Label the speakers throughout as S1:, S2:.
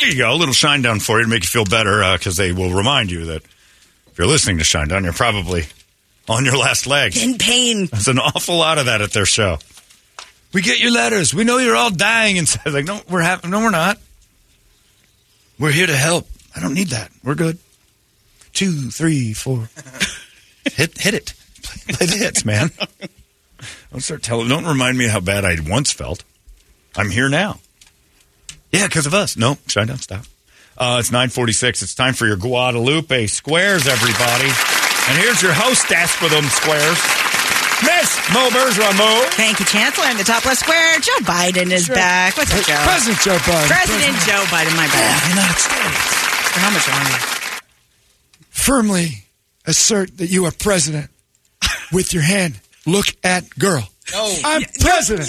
S1: There you go. A little shine down for you to make you feel better because they will remind you that if you're listening to Shine Down, you're probably on your last leg.
S2: In pain.
S1: There's an awful lot of that at their show. We get your letters. We know you're all dying inside. Like, no, we're hap- no, we're not. We're here to help. I don't need that. We're good. Two, three, four. hit, hit it. Play, play the hits, man. don't start telling. Don't remind me how bad I once felt. I'm here now. Yeah, because of us. No, shine down. Stop. Uh, it's 946. It's time for your Guadalupe squares, everybody. And here's your hostess for them squares, Miss Mo Bergeron. Mo.
S2: Thank you, Chancellor. In the top left square, Joe Biden is
S1: Sure.
S2: back. What's up, Joe?
S3: President Joe Biden.
S2: President Joe Biden, my bad.
S1: United States.
S2: How much longer?
S3: firmly assert that you are president with your hand. Look at girl. No. I'm president.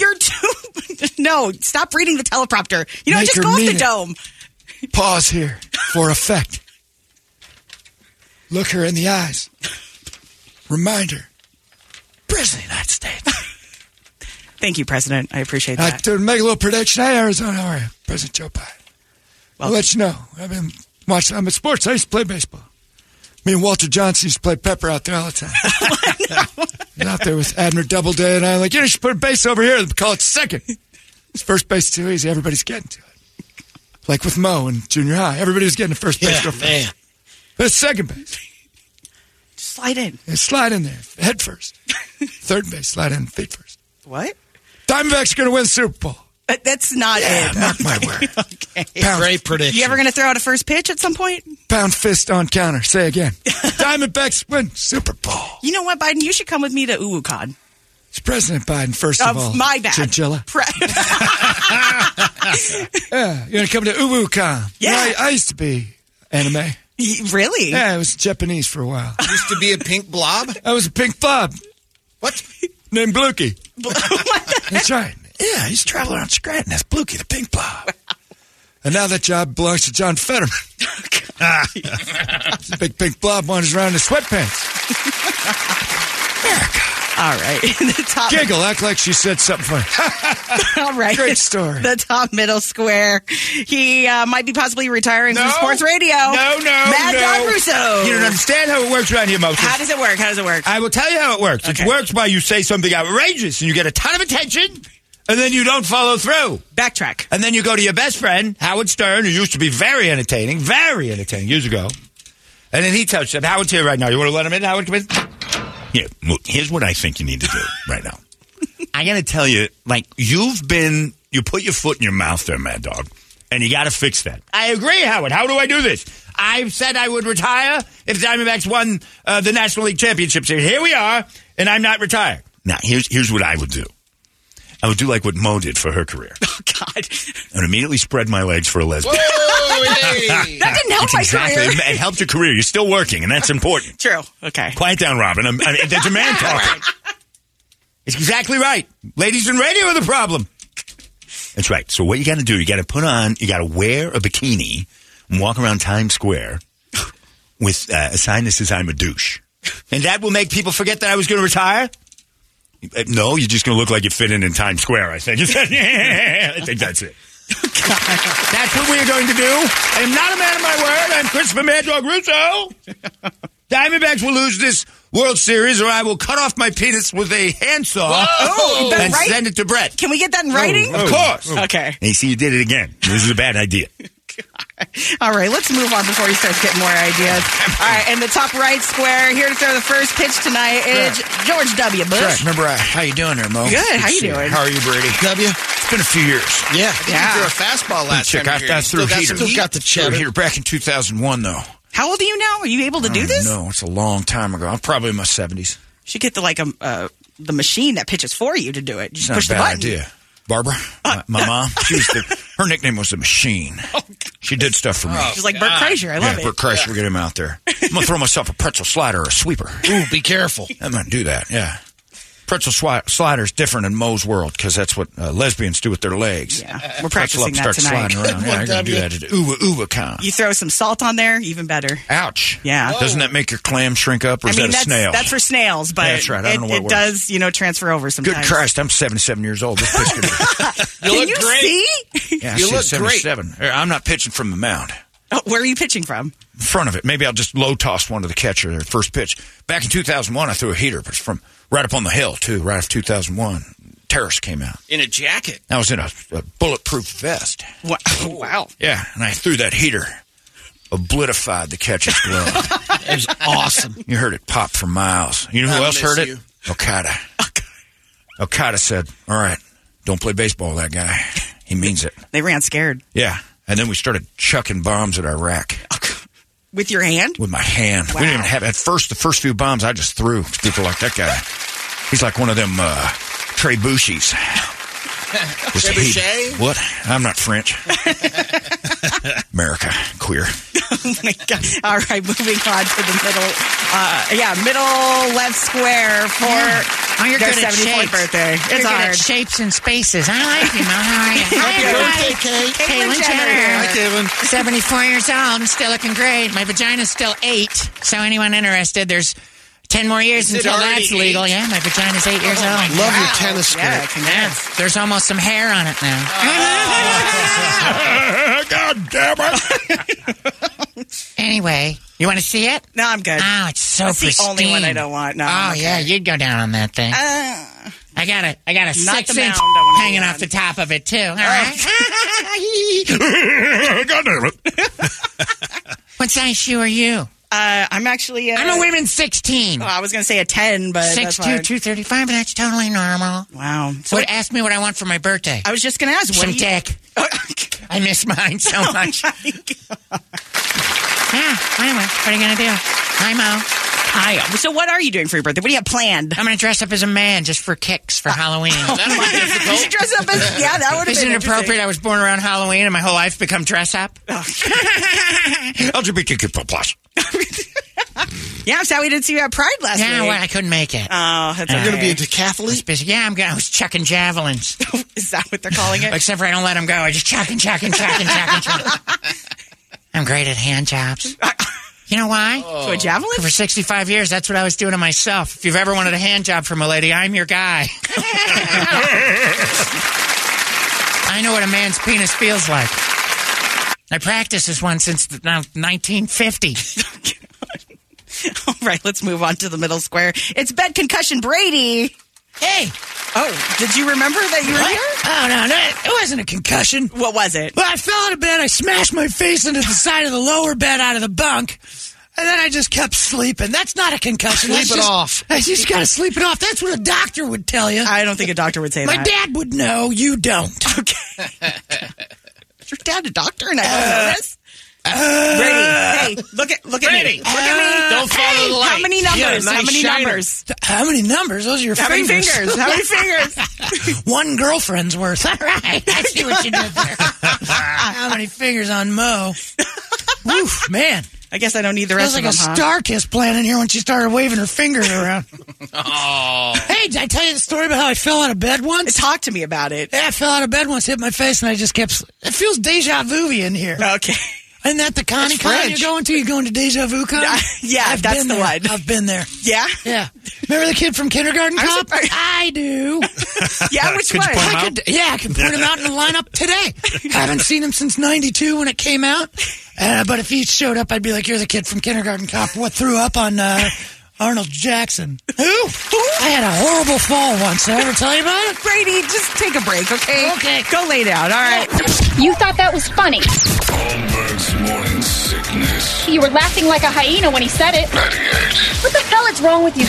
S2: Oh, You're too. no, stop reading the teleprompter. You know,
S3: Make
S2: just
S3: her
S2: go off
S3: mean
S2: the
S3: it.
S2: dome.
S3: Pause here for effect. Look her in the eyes. Remind her. President of the United States.
S2: Thank you, President. I appreciate
S3: I
S2: that.
S3: to make a little prediction. Hey, Arizona, how are you? President Joe Biden. I'll let you know. I've been watching. I'm at sports. I used to play baseball. Me and Walter Johnson used to play pepper out there all the time. And out there with Admiral Doubleday, and I'm like, you should put a base over here. Call it second. It's first base too easy. Everybody's getting to it. Like with Mo in junior high, everybody was getting to first base. real fast. But it's second base.
S2: Just slide in.
S3: And slide in there, head first. Third base, slide in, feet first.
S2: What?
S3: Diamondbacks are going to win the Super Bowl.
S2: That- Uh, That's not it. Uh,
S3: Mark my word. Pound,
S2: You ever going to throw out a first pitch at some point?
S3: pound fist on counter. Say again. Diamondbacks win Super Bowl.
S2: You know what, Biden? You should come with me to UWCon.
S3: It's President Biden, first of, all.
S2: Of my bad.
S3: Chinchilla.
S2: Pre-
S3: You're going to come to UwuCon.
S2: Yeah.
S3: Where I, I used to be anime.
S2: really?
S3: Yeah, I was Japanese for a while.
S4: used to be a pink blob.
S3: I was a pink blob
S4: What?
S3: named Blookie.
S2: What the-
S3: That's right. Yeah, I used to travel around Scranton as Blookie, the pink blob. And now that job belongs to John Fetterman.
S2: Oh,
S3: the big pink blob wanders around in sweatpants.
S2: All right. the top.
S3: Giggle, act like she said something funny.
S2: All right.
S3: Great story.
S2: The top middle square. He uh, might be possibly retiring from sports radio.
S1: No, no,
S2: Mad
S1: no.
S2: Dog Russo.
S1: You don't understand how it works around here, Moses.
S2: How does it work? How does it work?
S1: I will tell you how it works.
S2: Okay.
S1: It works by you say something outrageous and you get a ton of attention, and then you don't follow through.
S2: Backtrack.
S1: And then you go to your best friend, Howard Stern, who used to be very entertaining, very entertaining years ago. And then he tells him, Howard's here right now. You want to let him in? Howard, come in. Here, look, here's what I think you need to do right now. I got to tell you, like, you've been, you put your foot in your mouth there, Mad Dog, and you got to fix that. I agree, Howard. How do I do this? I've said I would retire if the Diamondbacks won uh, the National League Championship Series. Here we are, and I'm not retired. Now, here's, here's what I would do I would do like what Mo did for her career.
S2: Oh, God.
S1: and immediately spread my legs for a lesbian.
S2: That didn't help
S1: It's
S2: my
S1: exactly.
S2: career.
S1: It helped your career. You're still working, and that's important.
S2: True. Okay.
S1: Quiet down, Robin. I'm, I'm, that's a man talking. It's exactly right. Ladies in radio are the problem. That's right. So what you got to do? You got to put on. You got to wear a bikini and walk around Times Square with uh, a sign that says "I'm a douche," and that will make people forget that I was going to retire. Uh, No, you're just going to look like you fit in in Times Square. I think. I think that's it. That's what we're going to do. I am not a man of my word. I'm Christopher Mad Dog Russo. Diamondbacks will lose this World Series, or I will cut off my penis with a handsaw
S2: Oh, the
S1: and
S2: right-
S1: send it to Brett.
S2: Can we get that in writing?
S1: Of course.
S2: Okay.
S1: And you see, you did it again. This is a bad idea.
S2: All right, let's move on before he starts getting more ideas. All right, in the top right square, here to throw the first pitch tonight is George W. Bush.
S4: Remember uh, how you doing there, Mo?
S2: Good, how you
S4: Good to see
S2: doing?
S4: How are you, Brady? W.
S1: It's been a few years.
S4: Yeah, I think
S2: Yeah.
S4: you threw a fastball last
S1: Check
S4: time.
S1: out
S4: here.
S1: that
S4: You still
S1: through
S4: got
S1: heater.
S4: some heat?
S1: Through here back in 2001, though.
S2: How old are you now? Are you able to do this?
S1: No, it's a long time ago. I'm probably in my 70s.
S2: You should get the like a uh, the machine that pitches for you to do it. You
S1: It's
S2: just
S1: not
S2: push
S1: a bad
S2: the button.
S1: idea. Barbara, my, my mom, she was the, her nickname was the machine. She did stuff for me.
S2: She's like
S1: Oh,
S2: Bert Kreischer. I love
S1: yeah,
S2: it.
S1: Bert Kreischer, get him out there. I'm gonna throw myself a pretzel slider or a sweeper.
S3: Ooh, be careful.
S1: I'm gonna do that. Yeah, pretzel swi- slider's different in Moe's world because that's what uh, lesbians do with their legs. Uh,
S2: Yeah, we're
S1: pretzel
S2: practicing
S1: up,
S2: that
S1: start
S2: tonight.
S1: sliding around. Yeah, I'm gonna do that. at Uwa uwa con.
S2: You throw some salt on there, even better.
S1: Ouch.
S2: Yeah.
S1: Doesn't that make your clam shrink up, or
S2: I
S1: is
S2: mean,
S1: that a
S2: that's
S1: snail?
S2: that's for snails, but
S1: Yeah, that's right. I
S2: it,
S1: don't know what
S2: it
S1: works.
S2: does, you know, transfer over
S1: Good
S2: sometimes.
S1: Christ! I'm 77 years old. This bitch could
S3: You
S2: Can
S3: look
S2: you
S3: great.
S2: see?
S1: yeah, I
S3: You
S1: see
S3: look
S1: 77. Here, I'm not pitching from the mound.
S2: Oh, where are you pitching from?
S1: In front of it. Maybe I'll just low toss one to the catcher their first pitch. Back in 2001, I threw a heater, but it's from right up on the hill too. Right after 2001, Terrace came out.
S3: In a jacket. oh,
S1: I was in a, a bulletproof vest.
S2: Wow. wow.
S1: Yeah, and I threw that heater, obliterated the catcher's glove.
S3: It was awesome.
S1: you heard it pop for miles. You know who
S3: I
S1: else heard
S3: miss
S1: it?
S3: you.
S1: Okada. Okada said, "All right, don't play baseball, that guy. He means it."
S2: They ran scared
S1: Yeah, and then we started chucking bombs at Iraq
S2: with your hand.
S1: with my hand. We didn't even
S2: Wow.
S1: have at first. The first few bombs I just threw. People like that guy. He's like one of them uh, Trey Bushies. Was he-
S3: Trebuchet?
S1: What? I'm not French. America, queer.
S2: Oh my God. All right, moving on to the middle. Uh, yeah, middle left square for
S5: Oh, you're
S2: their
S5: good at
S2: 74th
S5: shapes.
S2: birthday. It's
S5: you're good
S2: hard.
S5: at shapes and spaces. I like you, man. How are you? Happy
S3: Kate.
S5: Caitlin
S3: Hi,
S5: Jenner.
S3: Caitlin.
S5: 74 years old. I'm still looking great. My vagina's still eight. So anyone interested, there's 10 more years
S3: it
S5: until
S3: already
S5: that's legal.
S3: eight?
S5: Yeah, my vagina's eight
S2: Oh,
S5: years old.
S3: Love your tennis skirt.
S2: Yeah,
S5: Yeah,
S2: congrats.
S5: there's almost some hair on it now.
S2: Oh.
S1: God damn it!
S5: Anyway, you want to see it?
S2: No, I'm good.
S5: Oh, it's so
S2: That's the
S5: pristine.
S2: only one I don't want. No,
S5: Oh
S2: I'm okay.
S5: yeah, you'd go down on that thing.
S2: Uh,
S5: I got a, I got a
S2: Not
S5: six
S2: the
S5: inch
S2: mound I wanna be
S5: hanging
S2: on. Oh.
S5: off the top of it too. All right.
S1: God damn it!
S5: What size shoe are you?
S2: uh, I'm actually. Uh,
S5: I'm a women's 16.
S2: Well, I was going to say a 10, but Oh, that's
S5: 6'2",
S2: hard.
S5: 235, but that's totally normal.
S2: Wow. So
S5: So what, ask me what I want for my birthday.
S2: I was just going to ask. What
S5: Some
S2: do you- Oh
S5: dick. I miss mine so much. yeah, anyway, what are you going to do? Hi, Mo. Hi.
S2: so what are you doing for your birthday? What do you have planned?
S5: I'm going to dress up as a man just for kicks for Halloween.
S3: That'll be
S2: You
S3: difficult.
S2: should dress up as yeah. Oh That would have
S5: Isn't
S2: been
S5: it appropriate?
S2: interesting.
S5: I was born around Halloween and my whole life become dress up.
S1: LGBTQ plus.
S2: Yeah, so we didn't see you at Pride last
S5: yeah,
S2: week.
S5: well, I couldn't make
S2: Oh,
S5: it.
S2: that's
S5: You're
S3: You're going to be a
S5: I was
S3: decathlete?
S5: busy. Yeah, I'm going. I was chucking javelins.
S2: Is that what they're calling it?
S5: Except for I don't let them go. I just chuck and chuck and chuck and chuck and chuck. I'm great at hand jobs. You know why?
S3: Oh.
S2: to a javelin?
S5: For 65 years, that's what I was doing to myself. If you've ever wanted a hand job from a lady, I'm your guy. I know what a man's penis feels like. I practiced this one since the, now 1950.
S2: All right, let's move on to the middle square. It's bed concussion Brady.
S5: Hey,
S2: Oh, did you remember that you were
S5: what? Oh no, no, it wasn't a concussion.
S2: here? What was it?
S5: Well, I fell out of bed. I smashed my face into the side of the lower bed out of the bunk. And then I just kept sleeping. That's not a concussion.
S3: Sleep
S5: That's
S3: it
S5: just-
S3: off.
S5: I just got to sleep it off. That's what a doctor would tell you.
S2: I don't think a doctor would say
S5: My
S2: that.
S5: dad would know. You don't.
S2: Is your dad a doctor, and I don't know this. Uh, Brady, hey, look at look at me.
S5: Brady.
S2: Look at me.
S3: Uh, Don't follow
S2: Hey,
S3: the light.
S2: How many numbers?
S3: Yeah,
S2: how
S3: nice
S2: many
S3: shiner.
S2: numbers?
S5: How many numbers? Those are your
S2: How many
S5: fingers.
S2: fingers? How many fingers?
S5: One girlfriend's worth. All right. I see what you did there. How many fingers on Mo? Oof, man.
S2: I guess I don't need the rest
S5: Feels like a
S2: of them. huh?
S5: star kiss plan in here when she started waving her fingers around. Hey, did I tell you the story about how I fell out of bed once?
S2: Talk to me about it.
S5: Yeah, I fell out of bed once, hit my face, and I just kept. It feels deja vu in here.
S2: Okay.
S5: Isn't that the Connie Con you're
S3: French.
S5: going to? You're going to deja vu con?
S2: Yeah,
S5: I've
S2: that's
S5: been
S2: the
S5: there.
S2: one.
S5: I've been there.
S2: Yeah.
S5: Yeah. Remember the kid from kindergarten
S2: I'm
S5: cop?
S2: surprised-
S5: I do.
S2: Yeah. Which
S6: Could you
S2: one?
S6: point 'em
S5: I
S6: out?
S5: could, yeah, I can point him out in the lineup today. Haven't seen him since 92 when it came out. Uh, but if he showed up, I'd be like, you're the kid from kindergarten cop. What threw up on uh, Arnold Jackson? Who? I had a horrible fall once. Did I ever tell you about it?
S2: Brady, just take a break, okay?
S5: Okay.
S2: Go lay down. All right.
S7: You thought that was funny.
S8: Holmberg's morning sickness.
S7: You were laughing like a hyena when he said it.
S8: 98.
S7: What the hell is wrong with you?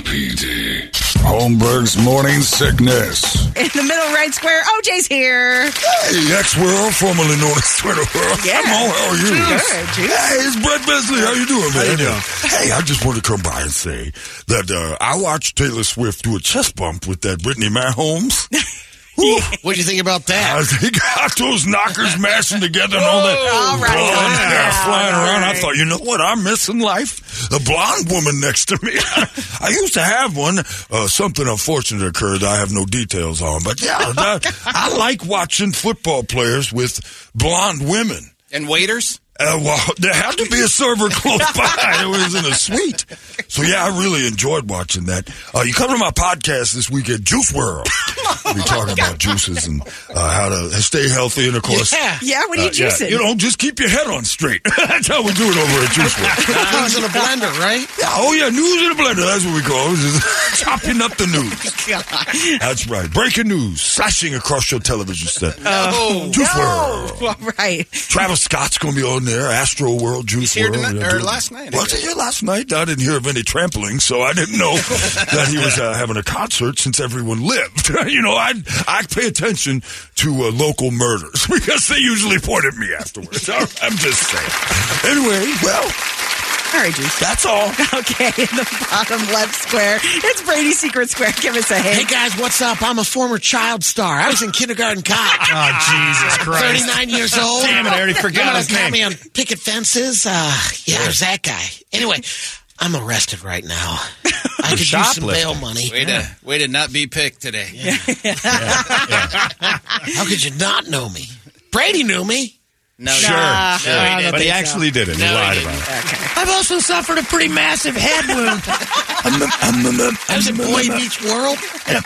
S8: KUPD. Holmberg's morning sickness.
S2: In the middle right square, OJ's here.
S8: Hey, X World, formerly known as Twitter World.
S2: Yeah.
S8: Mo, how are you?
S2: Good, Juice.
S8: Hey, it's Brett Besley. How you doing, man? How you doing? Hey, I just want to come by and say that uh, I watched Taylor Swift do a chest bump with that Brittany Mahomes. Whew.
S4: What do you think about that?
S8: I think got those knockers mashing together and all that
S2: All right,
S8: blonde
S2: all
S8: hair
S2: right,
S8: flying
S2: all
S8: around. I
S2: right.
S8: thought, you know what? I'm missing life. A blonde woman next to me. I used to have one. Uh, something unfortunate occurred. I have no details on, but yeah, that, I like watching football players with blonde women.
S4: And waiters?
S8: Uh, well, there had to be a server close by. It was in a suite. So, yeah, I really enjoyed watching that. Uh, you come to my podcast this week at Juice World. We talk about juices and uh, how to stay healthy. And, of course, uh,
S4: Yeah.
S2: Yeah, what are you
S8: yeah,
S2: juicing?
S8: you know, just keep your head on straight. That's how we do it over at Juice World.
S4: Things in a blender, right?
S8: Yeah, oh, yeah, news in a blender. That's what we call it. Just chopping up the news.
S4: Oh,
S8: That's right. Breaking news, slashing across your television set.
S4: Oh.
S8: Juice World.
S2: Oh, all right.
S8: Travis Scott's going to be on there. Astro World, Juice
S4: here
S8: World.
S4: tonight-
S8: Yeah,
S4: or
S8: do-
S4: last night, I
S8: Was he here last night? I didn't hear of any trampling, so I didn't know that he was uh, having a concert since everyone lived. you know, I I pay attention to uh, local murders because they usually point at me afterwards. I'm just saying. Anyway, well,
S2: All right, Juice.
S8: that's all.
S2: Okay, in the bottom left square, it's Brady's Secret Square. Give us a
S4: Hey
S2: hint.
S4: guys, what's up? I'm a former child star. I was in kindergarten cop.
S5: Oh, Jesus Christ.
S4: 39 years old.
S5: Damn it, I already forgot
S4: Remember
S5: his
S4: that
S5: name.
S4: Me on picket fences. Uh, yeah, there's that guy. Anyway, I'm arrested right now. I could use some
S1: Shoplifting.
S4: bail money.
S9: Way to way to not be picked today.
S4: How could you not know me? Brady knew me.
S9: No,
S1: Sure.
S9: no,
S1: sure.
S9: he didn't.
S1: but he actually did it. He
S9: No, he
S1: lied
S9: didn't.
S1: about it.
S4: I've also suffered a pretty massive head wound.
S8: Um,
S5: I
S4: I was at Boy Beach World.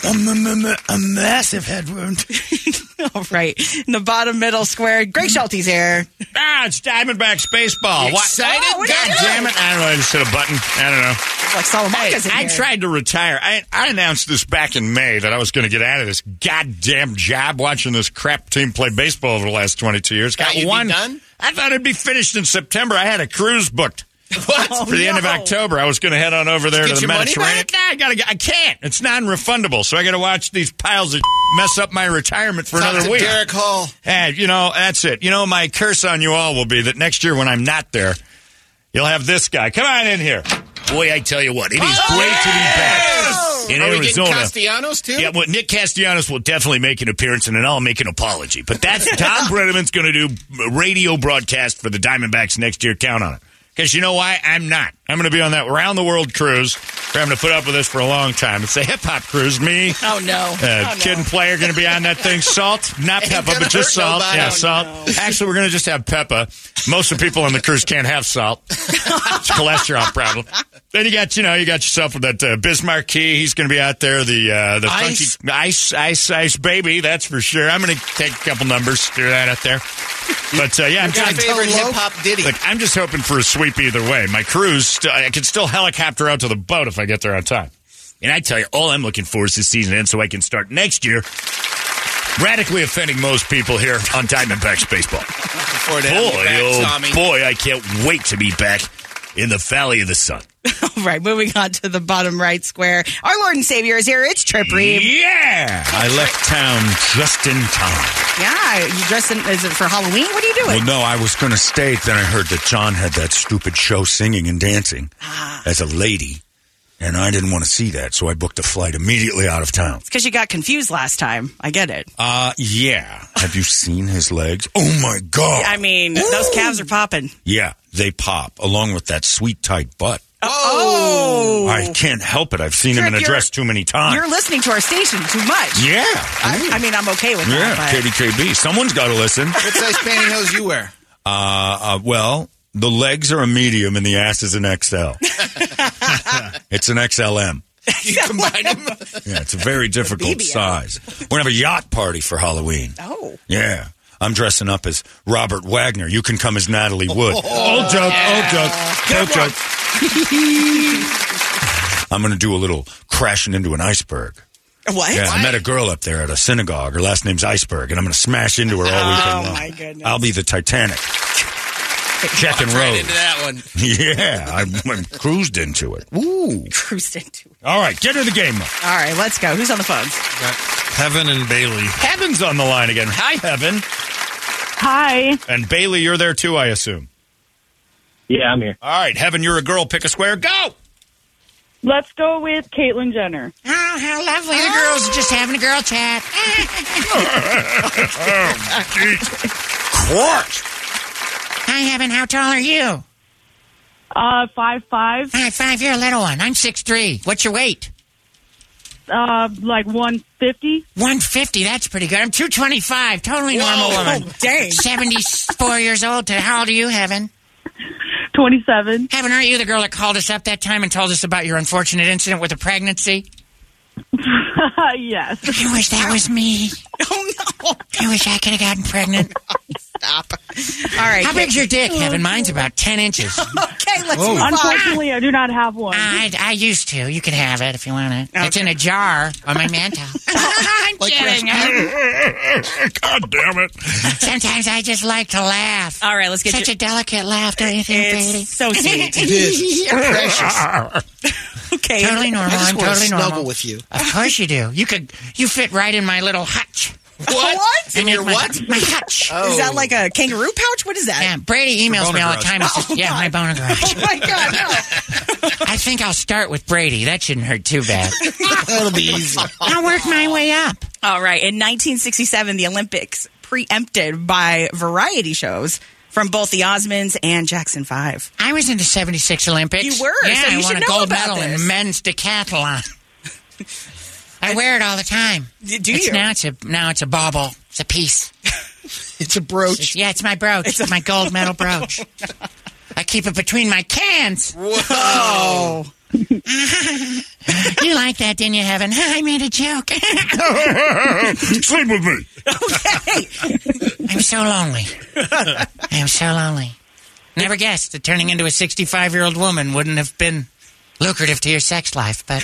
S8: um,
S5: a massive head wound.
S2: All right, in the bottom middle square, Greg Schulte's here.
S1: Ah, it's Diamondback Baseball. What?
S4: Excited?
S2: Oh, what are you
S1: God
S2: doing?
S1: damn it. I don't know. I just hit a button. I don't know.
S2: It's Like Salamanca's in
S1: I
S2: here.
S1: tried to retire. I, I announced this back in May that I was going to get out of this goddamn job watching this crap team play baseball over the last 22 years. Got
S4: Thought you'd be
S1: one.
S4: done?
S1: I thought it'd be finished in September. I had a cruise booked.
S2: Oh,
S1: For the end of
S2: no.
S1: October, I was going to head on over there
S4: Did
S1: to the
S4: you get your money
S1: Mediterranean.
S4: back?
S1: Nah, I gotta. go- I can't. It's non-refundable, so I got to watch these piles of mess up my retirement for
S4: Talk
S1: another
S4: to
S1: week.
S4: Derek Hall.
S1: Hey, you know, that's it. You know, my curse on you all will be that next year when I'm not there, you'll have this guy. Come on in here. Oh, Boy, I tell you what, it is great to be back in
S4: Are we getting
S1: Arizona.
S4: Castellanos too?
S1: yeah, well, Nick Castellanos will definitely make an appearance, and then I'll make an apology. But that's Tom Brenneman's going to do a radio broadcast for the Diamondbacks next year. Count on it. Because you know why? I'm not. I'm going to be on that round the world cruise. We're having to put up with this for a long time. It's a hip hop cruise. Me,
S2: Oh no!
S1: uh,
S2: oh, no.
S1: Kid and Play are going to be on that thing. Salt, not Peppa,
S4: gonna
S1: but just salt.
S4: hurt nobody.
S1: Yeah,
S4: Oh,
S1: salt. Actually, we're going to just have Peppa. Most of the people on the cruise can't have salt. It's a cholesterol problem. Then you got, you know, you got yourself with that uh, Bismarck Key. He's going to be out there. The uh, the funky
S4: Ice.
S1: ice, ice, ice baby. That's for sure. I'm going to take a couple numbers, do that out there. But uh, yeah, I'm
S4: My
S1: trying to.
S4: favorite hip hop ditty.
S1: Look, I'm just hoping for a sweep either way. My cruise, st- I can still helicopter out to the boat if I get there on time. And I tell you, all I'm looking for is this season end so I can start next year radically offending most people here on Diamondbacks baseball.
S9: Before that,
S1: Boy,
S9: I'm back,
S1: oh
S9: Tommy.
S1: boy, I can't wait to be back in the Valley of the Sun.
S2: All right, moving on to the bottom right square, our Lord and Savior is here. It's Trip Reeve.
S1: Yeah! I left town just in time.
S2: Yeah, you dressed in? Is it for Halloween? What are you doing?
S1: Well, no, I was going to stay. Then I heard that John had that stupid show singing and dancing as a lady. And I didn't want to see that, so I booked a flight immediately out of town.
S2: Because you got confused last time. I get it.
S5: Oh.
S1: Uh, yeah. Have you seen his legs?
S8: Oh, my God.
S2: I mean, those calves are popping.
S1: Yeah, they pop, along with that sweet, tight butt.
S2: Oh,
S1: I can't help it. I've seen him
S2: Trip,
S1: in a
S2: you're-
S1: dress too many times.
S2: you're listening to our station too much.
S1: yeah.
S2: I, I mean, I'm okay with
S1: yeah,
S2: that. but-
S1: KDKB. Someone's got to listen.
S9: What size pantyhose you wear?
S1: Uh, well, the legs are a medium and the ass is an XL. it's an XLM.
S4: You combine them.
S1: Yeah, it's a very difficult size. We're going to have a yacht party for Halloween.
S2: Oh.
S1: Yeah. I'm dressing up as Robert Wagner. You can come as Natalie Wood. Oh, joke, oh joke, old joke. I'm going to do a little crashing into an iceberg.
S2: What?
S1: Yeah, I met a girl up there at a synagogue. Her last name's Iceberg, and I'm going to smash into her all weekend long.
S2: Oh, my goodness.
S1: I'll be the Titanic. Check and
S9: Right
S1: roll.
S9: into that one.
S1: Yeah, I, I cruised into it. Ooh.
S2: Cruised into. it.
S1: All right, get to the game. Mike.
S2: All right, let's go. Who's on the phones?
S10: Heaven and Bailey.
S1: Heaven's on the line again. Hi, Heaven.
S11: Hi.
S1: And Bailey, you're there too, I assume.
S11: Yeah, I'm here.
S1: All right, Heaven, you're a girl. Pick a square. Go.
S11: Let's go with Caitlyn Jenner.
S5: Oh, how lovely. The girls are just having a girl chat.
S1: Quartz.
S5: Hi, Heaven. How tall are you?
S11: Uh, five five.
S5: Hi, five. You're a little one. I'm six three. What's your weight?
S11: Uh, like one fifty.
S5: 150. That's pretty good. I'm 225. Totally normal woman.
S2: dang.
S5: 74 years old. To How old are you, Heaven?
S11: Twenty seven.
S5: Heaven, aren't you the girl that called us up that time and told us about your unfortunate incident with a pregnancy?
S11: Uh, yes.
S5: I wish that was me.
S2: Oh no!
S5: I wish I could have gotten pregnant.
S2: Stop. All right.
S5: How
S2: Kate-
S5: big's your dick, Heaven? Mine's about 10 inches.
S2: Okay, let's
S5: Oh.
S2: move on.
S11: Unfortunately, I do not have one.
S5: I, I used to. You can have it if you want it. It's in a jar on my mantle. I'm kidding.
S8: God damn it.
S5: Sometimes I just like to laugh.
S2: All right, let's get
S5: Such
S2: your.
S5: a delicate laugh, don't you think, Brady?
S2: It's so sweet.
S9: It is. Precious.
S2: Okay.
S5: Totally normal.
S4: I just
S5: I'm
S4: want
S5: totally
S4: to snuggle
S5: normal.
S4: with you.
S5: Of course you do. You could. You fit right in my little hutch.
S9: What?
S2: What? Uh,
S9: In
S5: I
S9: your
S5: make my,
S9: what?
S5: My hutch.
S2: Is that like a kangaroo pouch? What is that?
S5: Yeah, Brady emails me all the
S10: garage.
S5: time. It's just, yeah, my boner garage.
S2: Oh my god! No.
S5: I think I'll start with Brady. That shouldn't hurt too bad.
S4: That'll be easy.
S5: I'll work my way up.
S2: All right. In 1967, the Olympics preempted by variety shows from both the Osmonds and Jackson Five.
S5: I was in the '76 Olympics.
S2: You were,
S5: Yeah,
S2: so you
S5: I
S2: should
S5: won a
S2: know
S5: gold
S2: about
S5: medal
S2: this.
S5: in men's decathlon. I wear it all the time.
S2: D- do
S5: it's
S2: you?
S5: Now it's a now it's a bauble. It's a piece.
S4: It's a brooch.
S5: It's- yeah, it's my brooch. It's my gold medal brooch. I keep it between my cans.
S2: Oh,
S5: You like that, didn't you, Heaven? I made a joke.
S8: Sleep with me.
S5: I'm so lonely. I am so lonely. Never guessed that turning into a 65 year old woman wouldn't have been lucrative to your sex life, but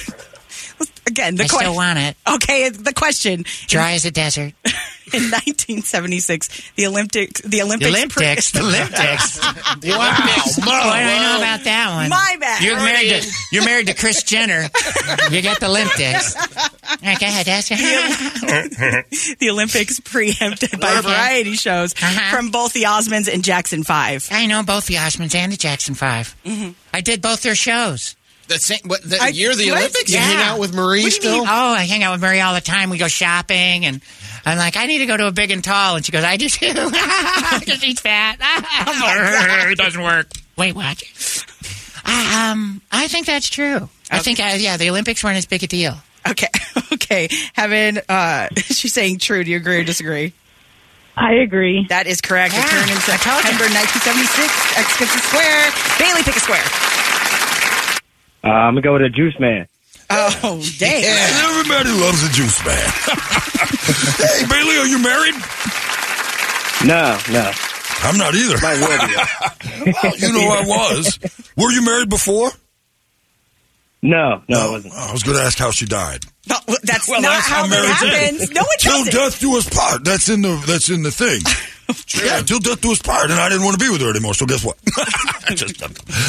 S2: again, the
S5: I
S2: question.
S5: still want it.
S2: Okay, the question.
S5: Dry as a desert.
S2: In 1976, the Olympics. The
S5: The
S2: Olympics.
S5: Olympics. The Olympics.
S9: Wow.
S5: What do I
S9: Oh,
S5: know about that one?
S2: My bad.
S5: You're married to you're married to Chris Jenner. you got the Olympics. All right, go ahead, Esther.
S2: the Olympics preempted by
S5: Okay.
S2: variety shows
S5: Uh-huh.
S2: from both the Osmonds and Jackson Five.
S5: I know both the Osmonds and the Jackson 5 I did both their shows.
S9: The same. What? The
S2: I-
S9: year of the
S2: what?
S9: Olympics.
S4: You hang
S5: Yeah.
S4: out with Marie still?
S5: Oh, I hang out with Mary all the time. We go shopping, and I'm like, I need to go to a big and tall, and she goes, I do too. Because she's fat.
S4: Oh
S5: it doesn't work. Wait, what? I, um, I think that's true. I think, I, yeah, the Olympics weren't as big a deal.
S2: Okay, okay. Heaven. Uh, she's saying true. Do you agree or disagree?
S11: I agree.
S2: That is correct.
S5: Yeah,
S2: Return in
S5: I told you.
S2: September 1976. X gets a square. Bailey pick a square.
S11: Uh, I'm gonna go to Juice Man.
S2: Oh dang!
S8: Everybody loves a juice man. hey, Bailey, are you married?
S11: No, no,
S8: I'm not either.
S11: I will be.
S8: Well, you know I was. Were you married before?
S11: No, no, I wasn't.
S8: I was going to ask how she died.
S2: No, that's
S8: Well,
S2: not
S8: that's
S2: how
S8: how
S2: that
S8: marriage
S2: happens. No, it
S8: Till
S2: doesn't.
S8: death do us part. That's in the that's in the thing. Yeah, till death do us part, and I didn't want to be with her anymore. So guess what? Just,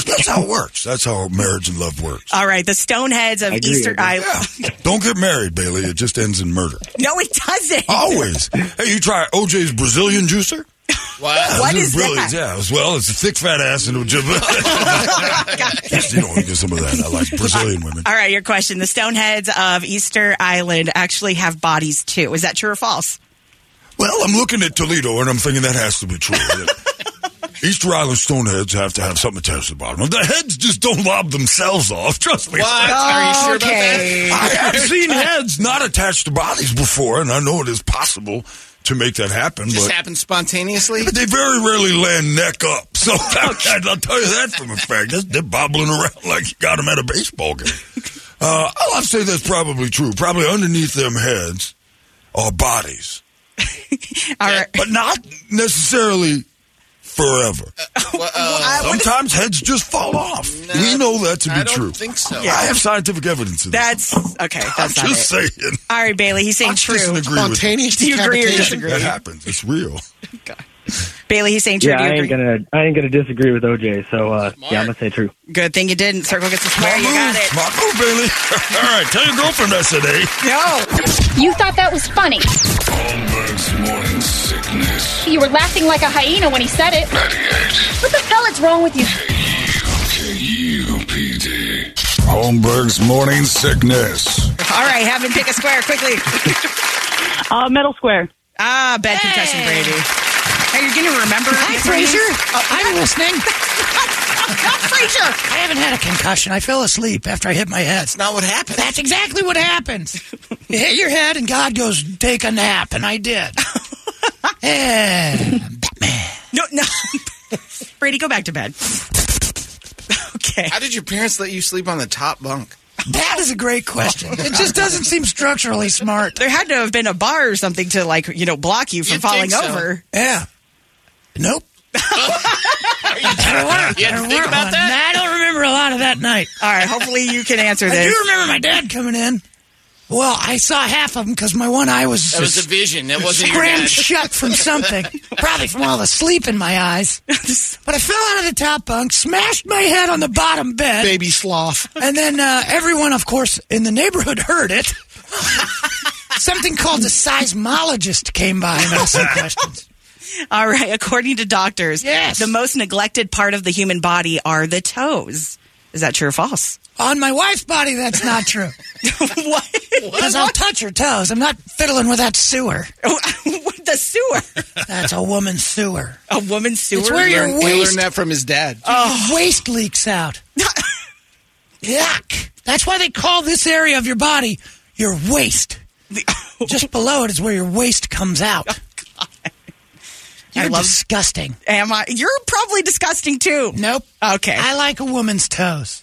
S8: that's how it works. That's how marriage and love works.
S2: All right, the Stoneheads of
S11: agree,
S2: Easter
S11: I
S8: Yeah.
S2: Island.
S8: Don't get married, Bailey. It just ends in murder.
S2: No, it doesn't.
S8: Always. Hey, you try OJ's Brazilian juicer?
S9: Wow.
S2: What
S8: It's
S2: is
S8: brilliant.
S2: that?
S8: Yeah, as well, it's a thick fat ass and a just, you know, you get some of that. I like Brazilian women.
S2: All right, your question. The Stoneheads of Easter Island actually have bodies too. Is that true or false?
S8: Well, I'm looking at Toledo and I'm thinking that has to be true. Easter Island Stoneheads have to have something attached to the bottom. The heads just don't lob themselves off. Trust me.
S9: What? Are you sure
S2: okay.
S9: about
S8: I have seen heads not attached to bodies before, and I know it is possible to make that happen.
S9: that? Just
S8: but
S9: happened spontaneously.
S8: But they very rarely land neck up. So I'll tell you that from a fact. That's- They're bobbling around like you got them at a baseball game. Uh, I'll say that's probably true. Probably underneath them heads are bodies,
S2: All right.
S8: but not necessarily forever.
S9: Uh,
S8: Sometimes heads just fall off. we know that to be
S9: I don't
S8: true.
S9: think so.
S8: I have scientific evidence of that.
S2: That's okay.
S8: I'm
S2: That's not
S8: just
S2: it.
S8: saying.
S2: All right, Bailey. He's saying
S8: I just
S2: true.
S8: disagree with
S4: Spontaneous
S2: Do you agree or
S4: decapitation.
S2: disagree?
S8: That happens. It's real.
S2: Bailey, he's saying true.
S11: yeah,
S2: do you
S11: I
S2: agree?
S11: ain't gonna, I ain't gonna disagree with OJ. So uh, yeah, I'm gonna say true.
S2: Good thing you didn't. Circle gets a square. You got it.
S8: Smart move, Bailey. All right, tell your girlfriend that today.
S7: No. You thought that was funny.
S12: Holmberg's morning sickness.
S7: You were laughing like a hyena when he said it. What the hell is wrong with you?
S12: KUPD.
S8: Holmberg's morning sickness.
S2: All right, have him pick a square quickly.
S13: Uh, metal square.
S2: Ah, bad concussion, Brady. Are you going to remember?
S5: Hi,
S2: these
S5: Frazier.
S2: names? Oh,
S5: I'm listening.
S2: Not Frazier.
S5: I haven't had a concussion. I fell asleep after I hit my head. That's
S4: not what happened.
S5: That's exactly what happens. you hit your head, and God goes, "Take a nap," and I did. yeah, Batman.
S2: No, no. Brady, go back to bed. Okay.
S9: How did your parents let you sleep on the top bunk?
S5: That is a great question. It just doesn't seem structurally smart.
S2: There had to have been a bar or something to like you know block you from
S5: You'd
S2: falling
S5: think so.
S2: over.
S5: Yeah. Nope.
S2: You
S5: There weren't one. I don't remember a lot of that night.
S2: All right. Hopefully you can answer
S5: I
S2: this.
S5: do remember my dad coming in. Well, I saw half of him because my one eye was
S4: That was
S5: just
S4: a vision. That wasn't your
S5: scrammed
S4: dad.
S5: shut from something, probably from all the sleep in my eyes. But I fell out of the top bunk, smashed my head on the bottom bed,
S4: baby sloth,
S5: and then uh, everyone, of course, in the neighborhood heard it. something called a seismologist came by and asked some questions.
S2: All right. According to doctors,
S5: Yes.
S2: the most neglected part of the human body are the toes. Is that true or false?
S5: On my wife's body, that's not true.
S2: what?
S5: Because I'll touch her toes. I'm not fiddling with that sewer.
S2: the sewer.
S5: That's a woman's sewer.
S2: A woman's sewer.
S5: It's where your
S9: He
S5: waist,
S9: learned that from his dad.
S5: your waist leaks out. Yuck. That's why they call this area of your body your waist. Just below it is where your waist comes out. You're
S2: I love-
S5: disgusting.
S2: Am I? You're probably disgusting too.
S5: Nope.
S2: Okay.
S5: I like a woman's toes.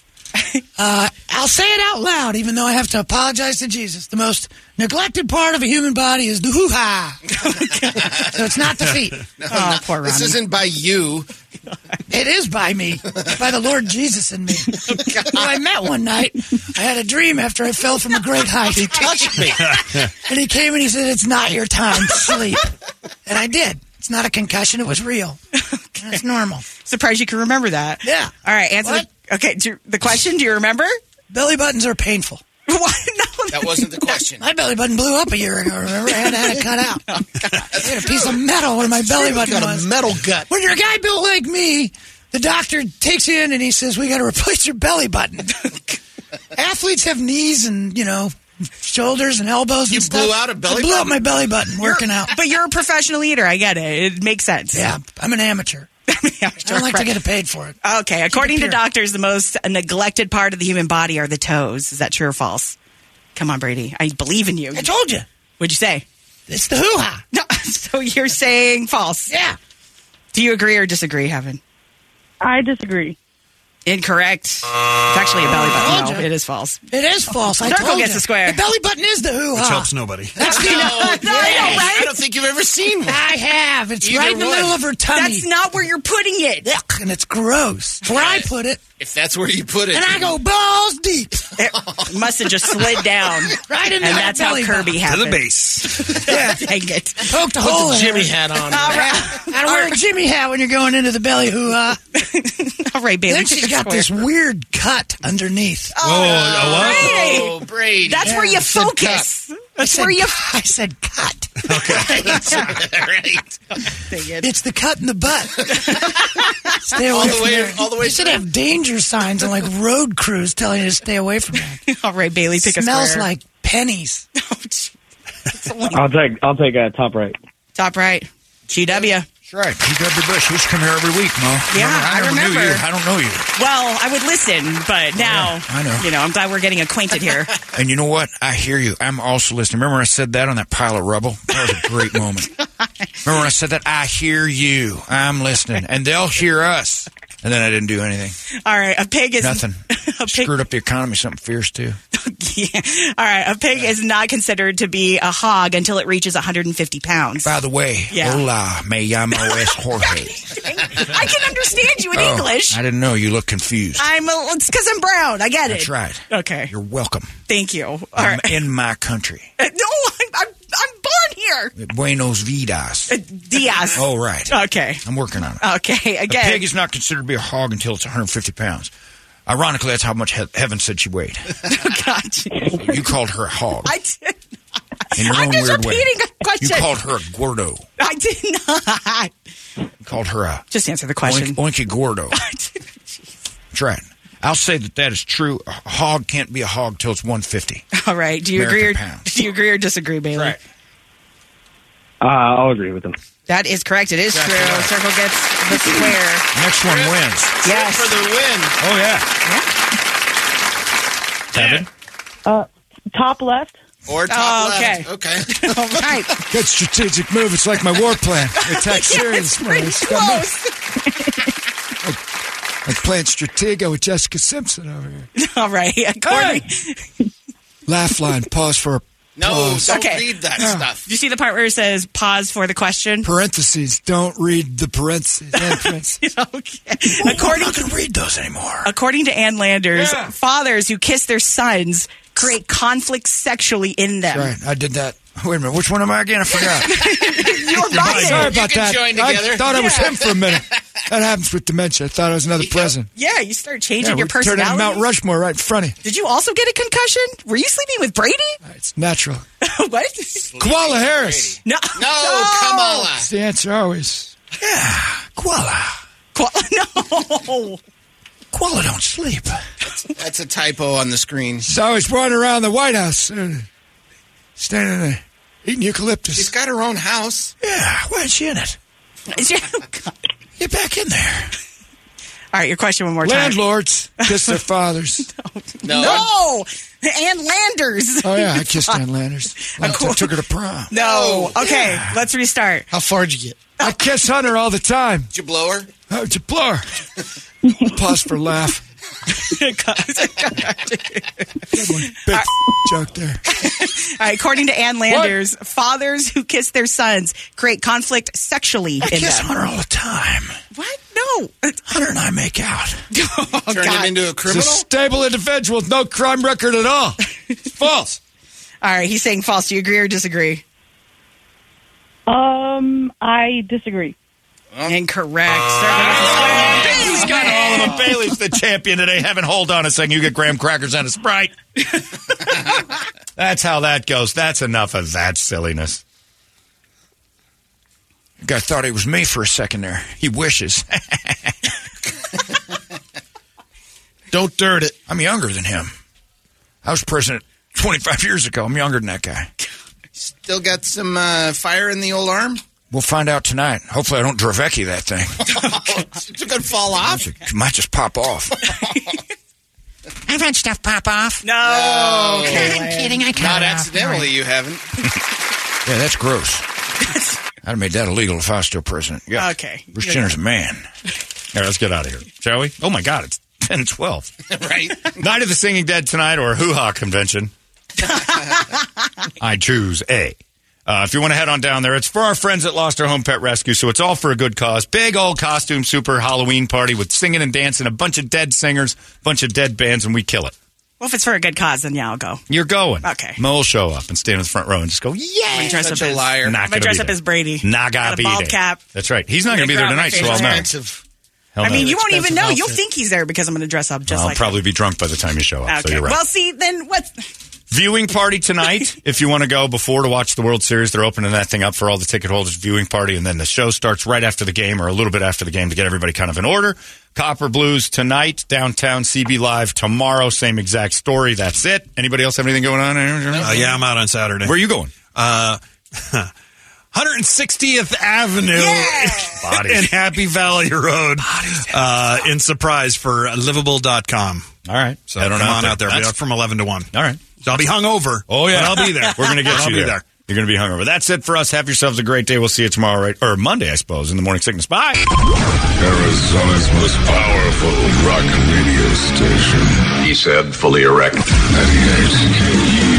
S5: uh, I'll say it out loud, even though I have to apologize to Jesus. The most neglected part of a human body is the hoo ha. so it's not the feet.
S2: Oh, poor Ronnie.
S4: This isn't by you.
S5: It is by me, by the Lord Jesus in me. Who I met one night. I had a dream after I fell from a great height. He touched me. And he came and he said, It's not your time, sleep. And I did. It's not a concussion, it was real. That's normal.
S2: Surprised you can remember that.
S5: Yeah.
S2: All right. Answer. The, okay. Do, the question. Do you remember?
S5: Belly buttons are painful.
S2: What?
S4: That wasn't the question.
S5: My belly button blew up a year ago, remember? I had, I had it cut out. I had a piece of metal where my belly button
S4: got a
S5: was.
S4: metal gut.
S5: When you're a guy built like me, the doctor takes you in and he says, We got to replace your belly button. Athletes have knees and, you know, shoulders and elbows and
S4: You
S5: stuff.
S4: blew out a belly
S5: I blew
S4: button?
S5: up my belly button working out.
S2: But you're a professional eater. I get it. It makes sense.
S5: Yeah, I'm an amateur.
S2: I
S5: I don't like to get paid for it.
S2: Okay. According to
S5: pure.
S2: doctors, the most neglected part of the human body are the toes. Is that true or false? Come on, Brady. I believe in you.
S5: I told you.
S2: What'd you say?
S5: It's the hoo ha.
S2: No. So you're saying false.
S5: Yeah.
S2: Do you agree or disagree, Heaven?
S13: I disagree.
S2: Incorrect. It's actually a belly
S5: Told
S2: button. No,
S5: ya.
S2: it is false.
S5: It is false. I
S2: Circle
S5: told
S2: gets
S5: you.
S2: a square.
S5: The belly button is the hoo
S10: Which
S5: ha.
S10: helps nobody.
S5: That's the.
S2: I know, right?
S4: I don't think you've ever seen one.
S5: I have. It's
S4: Either
S5: right in the
S4: one.
S5: middle of her tummy.
S2: That's not where you're putting it.
S5: Yuck, and it's gross. It's Where I put it,
S4: If that's where you put it,
S5: and I go balls deep,
S2: It must have just slid down.
S5: right in
S2: And that's how Kirby
S10: To
S2: happened.
S10: the base.
S2: Yeah, dang it.
S5: Poked a hole in
S4: Jimmy
S5: it.
S4: hat on.
S2: All right.
S5: I don't wear a Jimmy hat when you're going into the belly hoo ha.
S2: All right, baby.
S5: Then she's got this weird cut underneath.
S10: Whoa, a what?
S4: Oh, Brady.
S2: That's where you
S5: I said
S2: focus. That's
S5: said,
S2: where you.
S5: I said cut.
S4: right.
S2: Dang it.
S5: It's the cut in the butt. stay away
S4: All the
S5: from
S4: way-
S5: there.
S4: all the way
S5: You should have danger signs on like road crews telling you to stay away from that.
S2: All right, Bailey, pick a
S5: Smells
S2: square.
S5: like pennies.
S11: I'll take, I'll take uh, top right.
S2: Top right. GW.
S10: That's right. GW Bush. You should come here every week, Mo.
S2: Yeah, I
S10: never
S2: remember.
S10: Knew you. I don't know you.
S2: Well, I would listen, but now,
S10: Yeah, I know.
S2: you know, I'm glad we're getting acquainted here.
S10: And you know what? I hear you. I'm also listening. Remember when I said that on that pile of rubble? That was a great moment. Remember when I said that? I hear you. I'm listening. And they'll hear us. And then I didn't do anything.
S2: All right, a pig is
S10: Nothing.
S2: A pig,
S10: Screwed up the economy something fierce, too.
S2: yeah. All right, a pig is not considered to be a hog until it reaches 150 pounds.
S10: By the way,
S2: Yeah.
S10: hola, me llamo es Jorge.
S2: I can understand you in
S10: Oh,
S2: English.
S10: I didn't know. You look confused.
S2: I'm a, it's because I'm brown. I get it.
S10: That's right.
S2: Okay.
S10: You're welcome.
S2: Thank you. All
S10: I'm
S2: right.
S10: in my country.
S2: No, I'm, I'm, I'm born later.
S1: Buenos Vidas.
S2: Diaz.
S1: Oh, right.
S2: Okay.
S1: I'm working on it.
S2: Okay, again.
S1: A pig is not considered to be a hog until it's 150 pounds. Ironically, that's how much he- Heaven said she weighed. You called her a hog.
S2: I did
S1: In your
S2: I'm
S1: own
S2: just
S1: weird way.
S2: repeating a question.
S1: You called her a gordo.
S2: I did not.
S1: You called her a.
S2: Just answer the question.
S1: Oink, oinky gordo. That's right. I'll say that that is true. A hog can't be a hog till it's 150.
S2: All right. Do you
S1: American
S2: agree or
S1: pound.
S2: do you agree or disagree, Bailey?
S14: Uh, I'll agree with him.
S2: That is correct. It is true. Circle gets the square.
S1: Next one wins.
S2: Yes.
S4: For the
S1: Oh, yeah.
S4: win.
S1: Heaven?
S15: Uh, top left.
S4: Or
S15: Oh,
S4: top left. Okay.
S2: All right.
S3: Good strategic move. It's like my war plan. Attack Syria this morning. It's got me- I'm playing Stratego with Jessica Simpson over here.
S2: All right. Courtney.
S3: Laugh line. Pause for a pause. Yeah.
S2: Do you see the part where it says pause for the question?
S3: Parentheses. Don't read the parentheses. End parentheses.
S2: According
S1: to read those anymore.
S2: According to Ann Landers, fathers who kiss their sons create conflict sexually in them.
S3: That's right. I did that. Wait a minute. Which one am I again? I forgot.
S2: You're right.
S3: Sorry about that. I thought it was
S2: Yeah.
S3: him for a minute. That happens with dementia. I thought it was another present.
S2: Yeah, you start changing
S3: Yeah,
S2: your
S3: we turned into
S2: personality.
S3: Mount Rushmore right in front of you.
S2: Did you also get a concussion? Were you sleeping with Brady?
S3: It's natural.
S2: what?
S3: Koala Harris.
S2: No.
S4: No, Kamala.
S3: It's the answer always.
S2: Koala, no.
S1: Koala don't sleep.
S4: That's a typo on the screen.
S3: She's always running around the White House, uh, standing there eating eucalyptus.
S4: She's got her own house.
S1: Yeah, why is she in it?
S3: Get back in there.
S2: All right, your question one more time.
S3: Landlords kiss their fathers.
S2: No. Ann Landers.
S3: Oh yeah, I kissed Ann Landers. Once I took her to prom.
S2: No. Okay, let's restart.
S3: How far'd you get? I kiss Hunter all the time.
S4: Did you blow her?
S3: Oh, did you blow her? Pause for laugh. Good one. Big joke there.
S2: All right, according to Ann Landers, fathers who kiss their sons create conflict sexually in
S1: kiss
S2: them.
S1: Hunter all the time.
S2: What? No.
S1: Hunter and I make out.
S2: Oh,
S4: Turn him
S2: God.
S4: into a
S3: He's
S4: criminal?
S3: a stable individual with no crime record at all. False.
S2: All right, he's saying false. Do you agree or disagree?
S15: Um, I disagree.
S2: Incorrect.
S1: Uh, He's got all of them. Bailey's the champion today. Heaven, hold on a second. You get graham crackers and a Sprite. That's how that goes. That's enough of that silliness. Guy thought it was me for a second there. He wishes. Don't dirt it. I'm younger than him. I was president 25 years ago. I'm younger than that guy.
S4: Still got some uh, fire in the old arm?
S1: We'll find out tonight. Hopefully, I don't Dravecki that thing.
S4: it's a good fall off.
S1: It might just pop off.
S16: I've had stuff pop off.
S2: No.
S16: I'm kidding. I cut
S4: Not
S16: it off.
S4: accidentally, you haven't.
S1: Yeah, that's gross. I'd have made that illegal if I was still president. Yeah.
S2: Okay.
S1: Bruce Jenner's a man. All right, let's get out of here, shall we? Oh my God, it's 10 12.
S4: right?
S1: Night of the Singing Dead tonight or Hoo Ha Convention. I choose A. Uh, if you want to head on down there, it's for our friends that lost their home pet rescue, so it's all for a good cause. Big old costume super Halloween party with singing and dancing, a bunch of dead singers, bunch of dead bands, and we kill it.
S2: Well, if it's for a good cause, then yeah, I'll go.
S1: You're going.
S2: Okay.
S1: Mo will show up and stand in the front row and just go, yeah.
S2: I'm dress
S4: Such
S2: up
S4: a
S2: as,
S4: liar.
S1: Not
S2: I'm gonna
S1: gonna
S2: dress
S1: be
S2: up
S1: there.
S2: as Brady.
S1: Not
S2: Got
S1: gotta
S2: a
S1: be
S2: bald
S1: there.
S2: cap.
S1: That's right. He's not going to be there
S2: Grab
S1: tonight,
S2: my
S1: so
S2: favorite
S1: I'll know.
S4: Expensive.
S1: Hell
S2: I mean,
S1: no.
S2: you won't even
S3: expensive
S2: know. You'll
S3: outfit.
S2: think he's there because I'm going to dress up just
S1: I'll
S2: like.
S1: probably be drunk by the time you show up.
S2: Okay.
S1: So you're right.
S2: Well, see, then what?
S1: viewing party tonight. if you want to go before to watch the World Series, they're opening that thing up for all the ticket holders. Viewing party, and then the show starts right after the game or a little bit after the game to get everybody kind of in order. Copper Blues tonight, downtown CB Live tomorrow. Same exact story. That's it. Anybody else have anything going on?
S5: Uh, yeah, I'm out on Saturday.
S1: Where you going?
S5: Uh, 160th Avenue
S1: Bodies.
S5: and Happy Valley Road uh, in surprise for livable.com.
S1: All right.
S5: So
S1: Head on
S5: come
S1: out
S5: on
S1: there.
S5: out there. We're
S1: That's-
S5: out from 11 to 1.
S1: All right.
S5: So I'll be hungover.
S1: Oh yeah,
S5: But I'll be there.
S1: We're gonna get
S5: I'll
S1: you
S5: be
S1: there.
S5: there.
S1: You're gonna be hungover. That's it for us. Have yourselves a great day. We'll see you tomorrow, right or Monday, I suppose, in the morning sickness. Bye.
S8: Arizona's most powerful rock radio station. He said, fully erect. 98.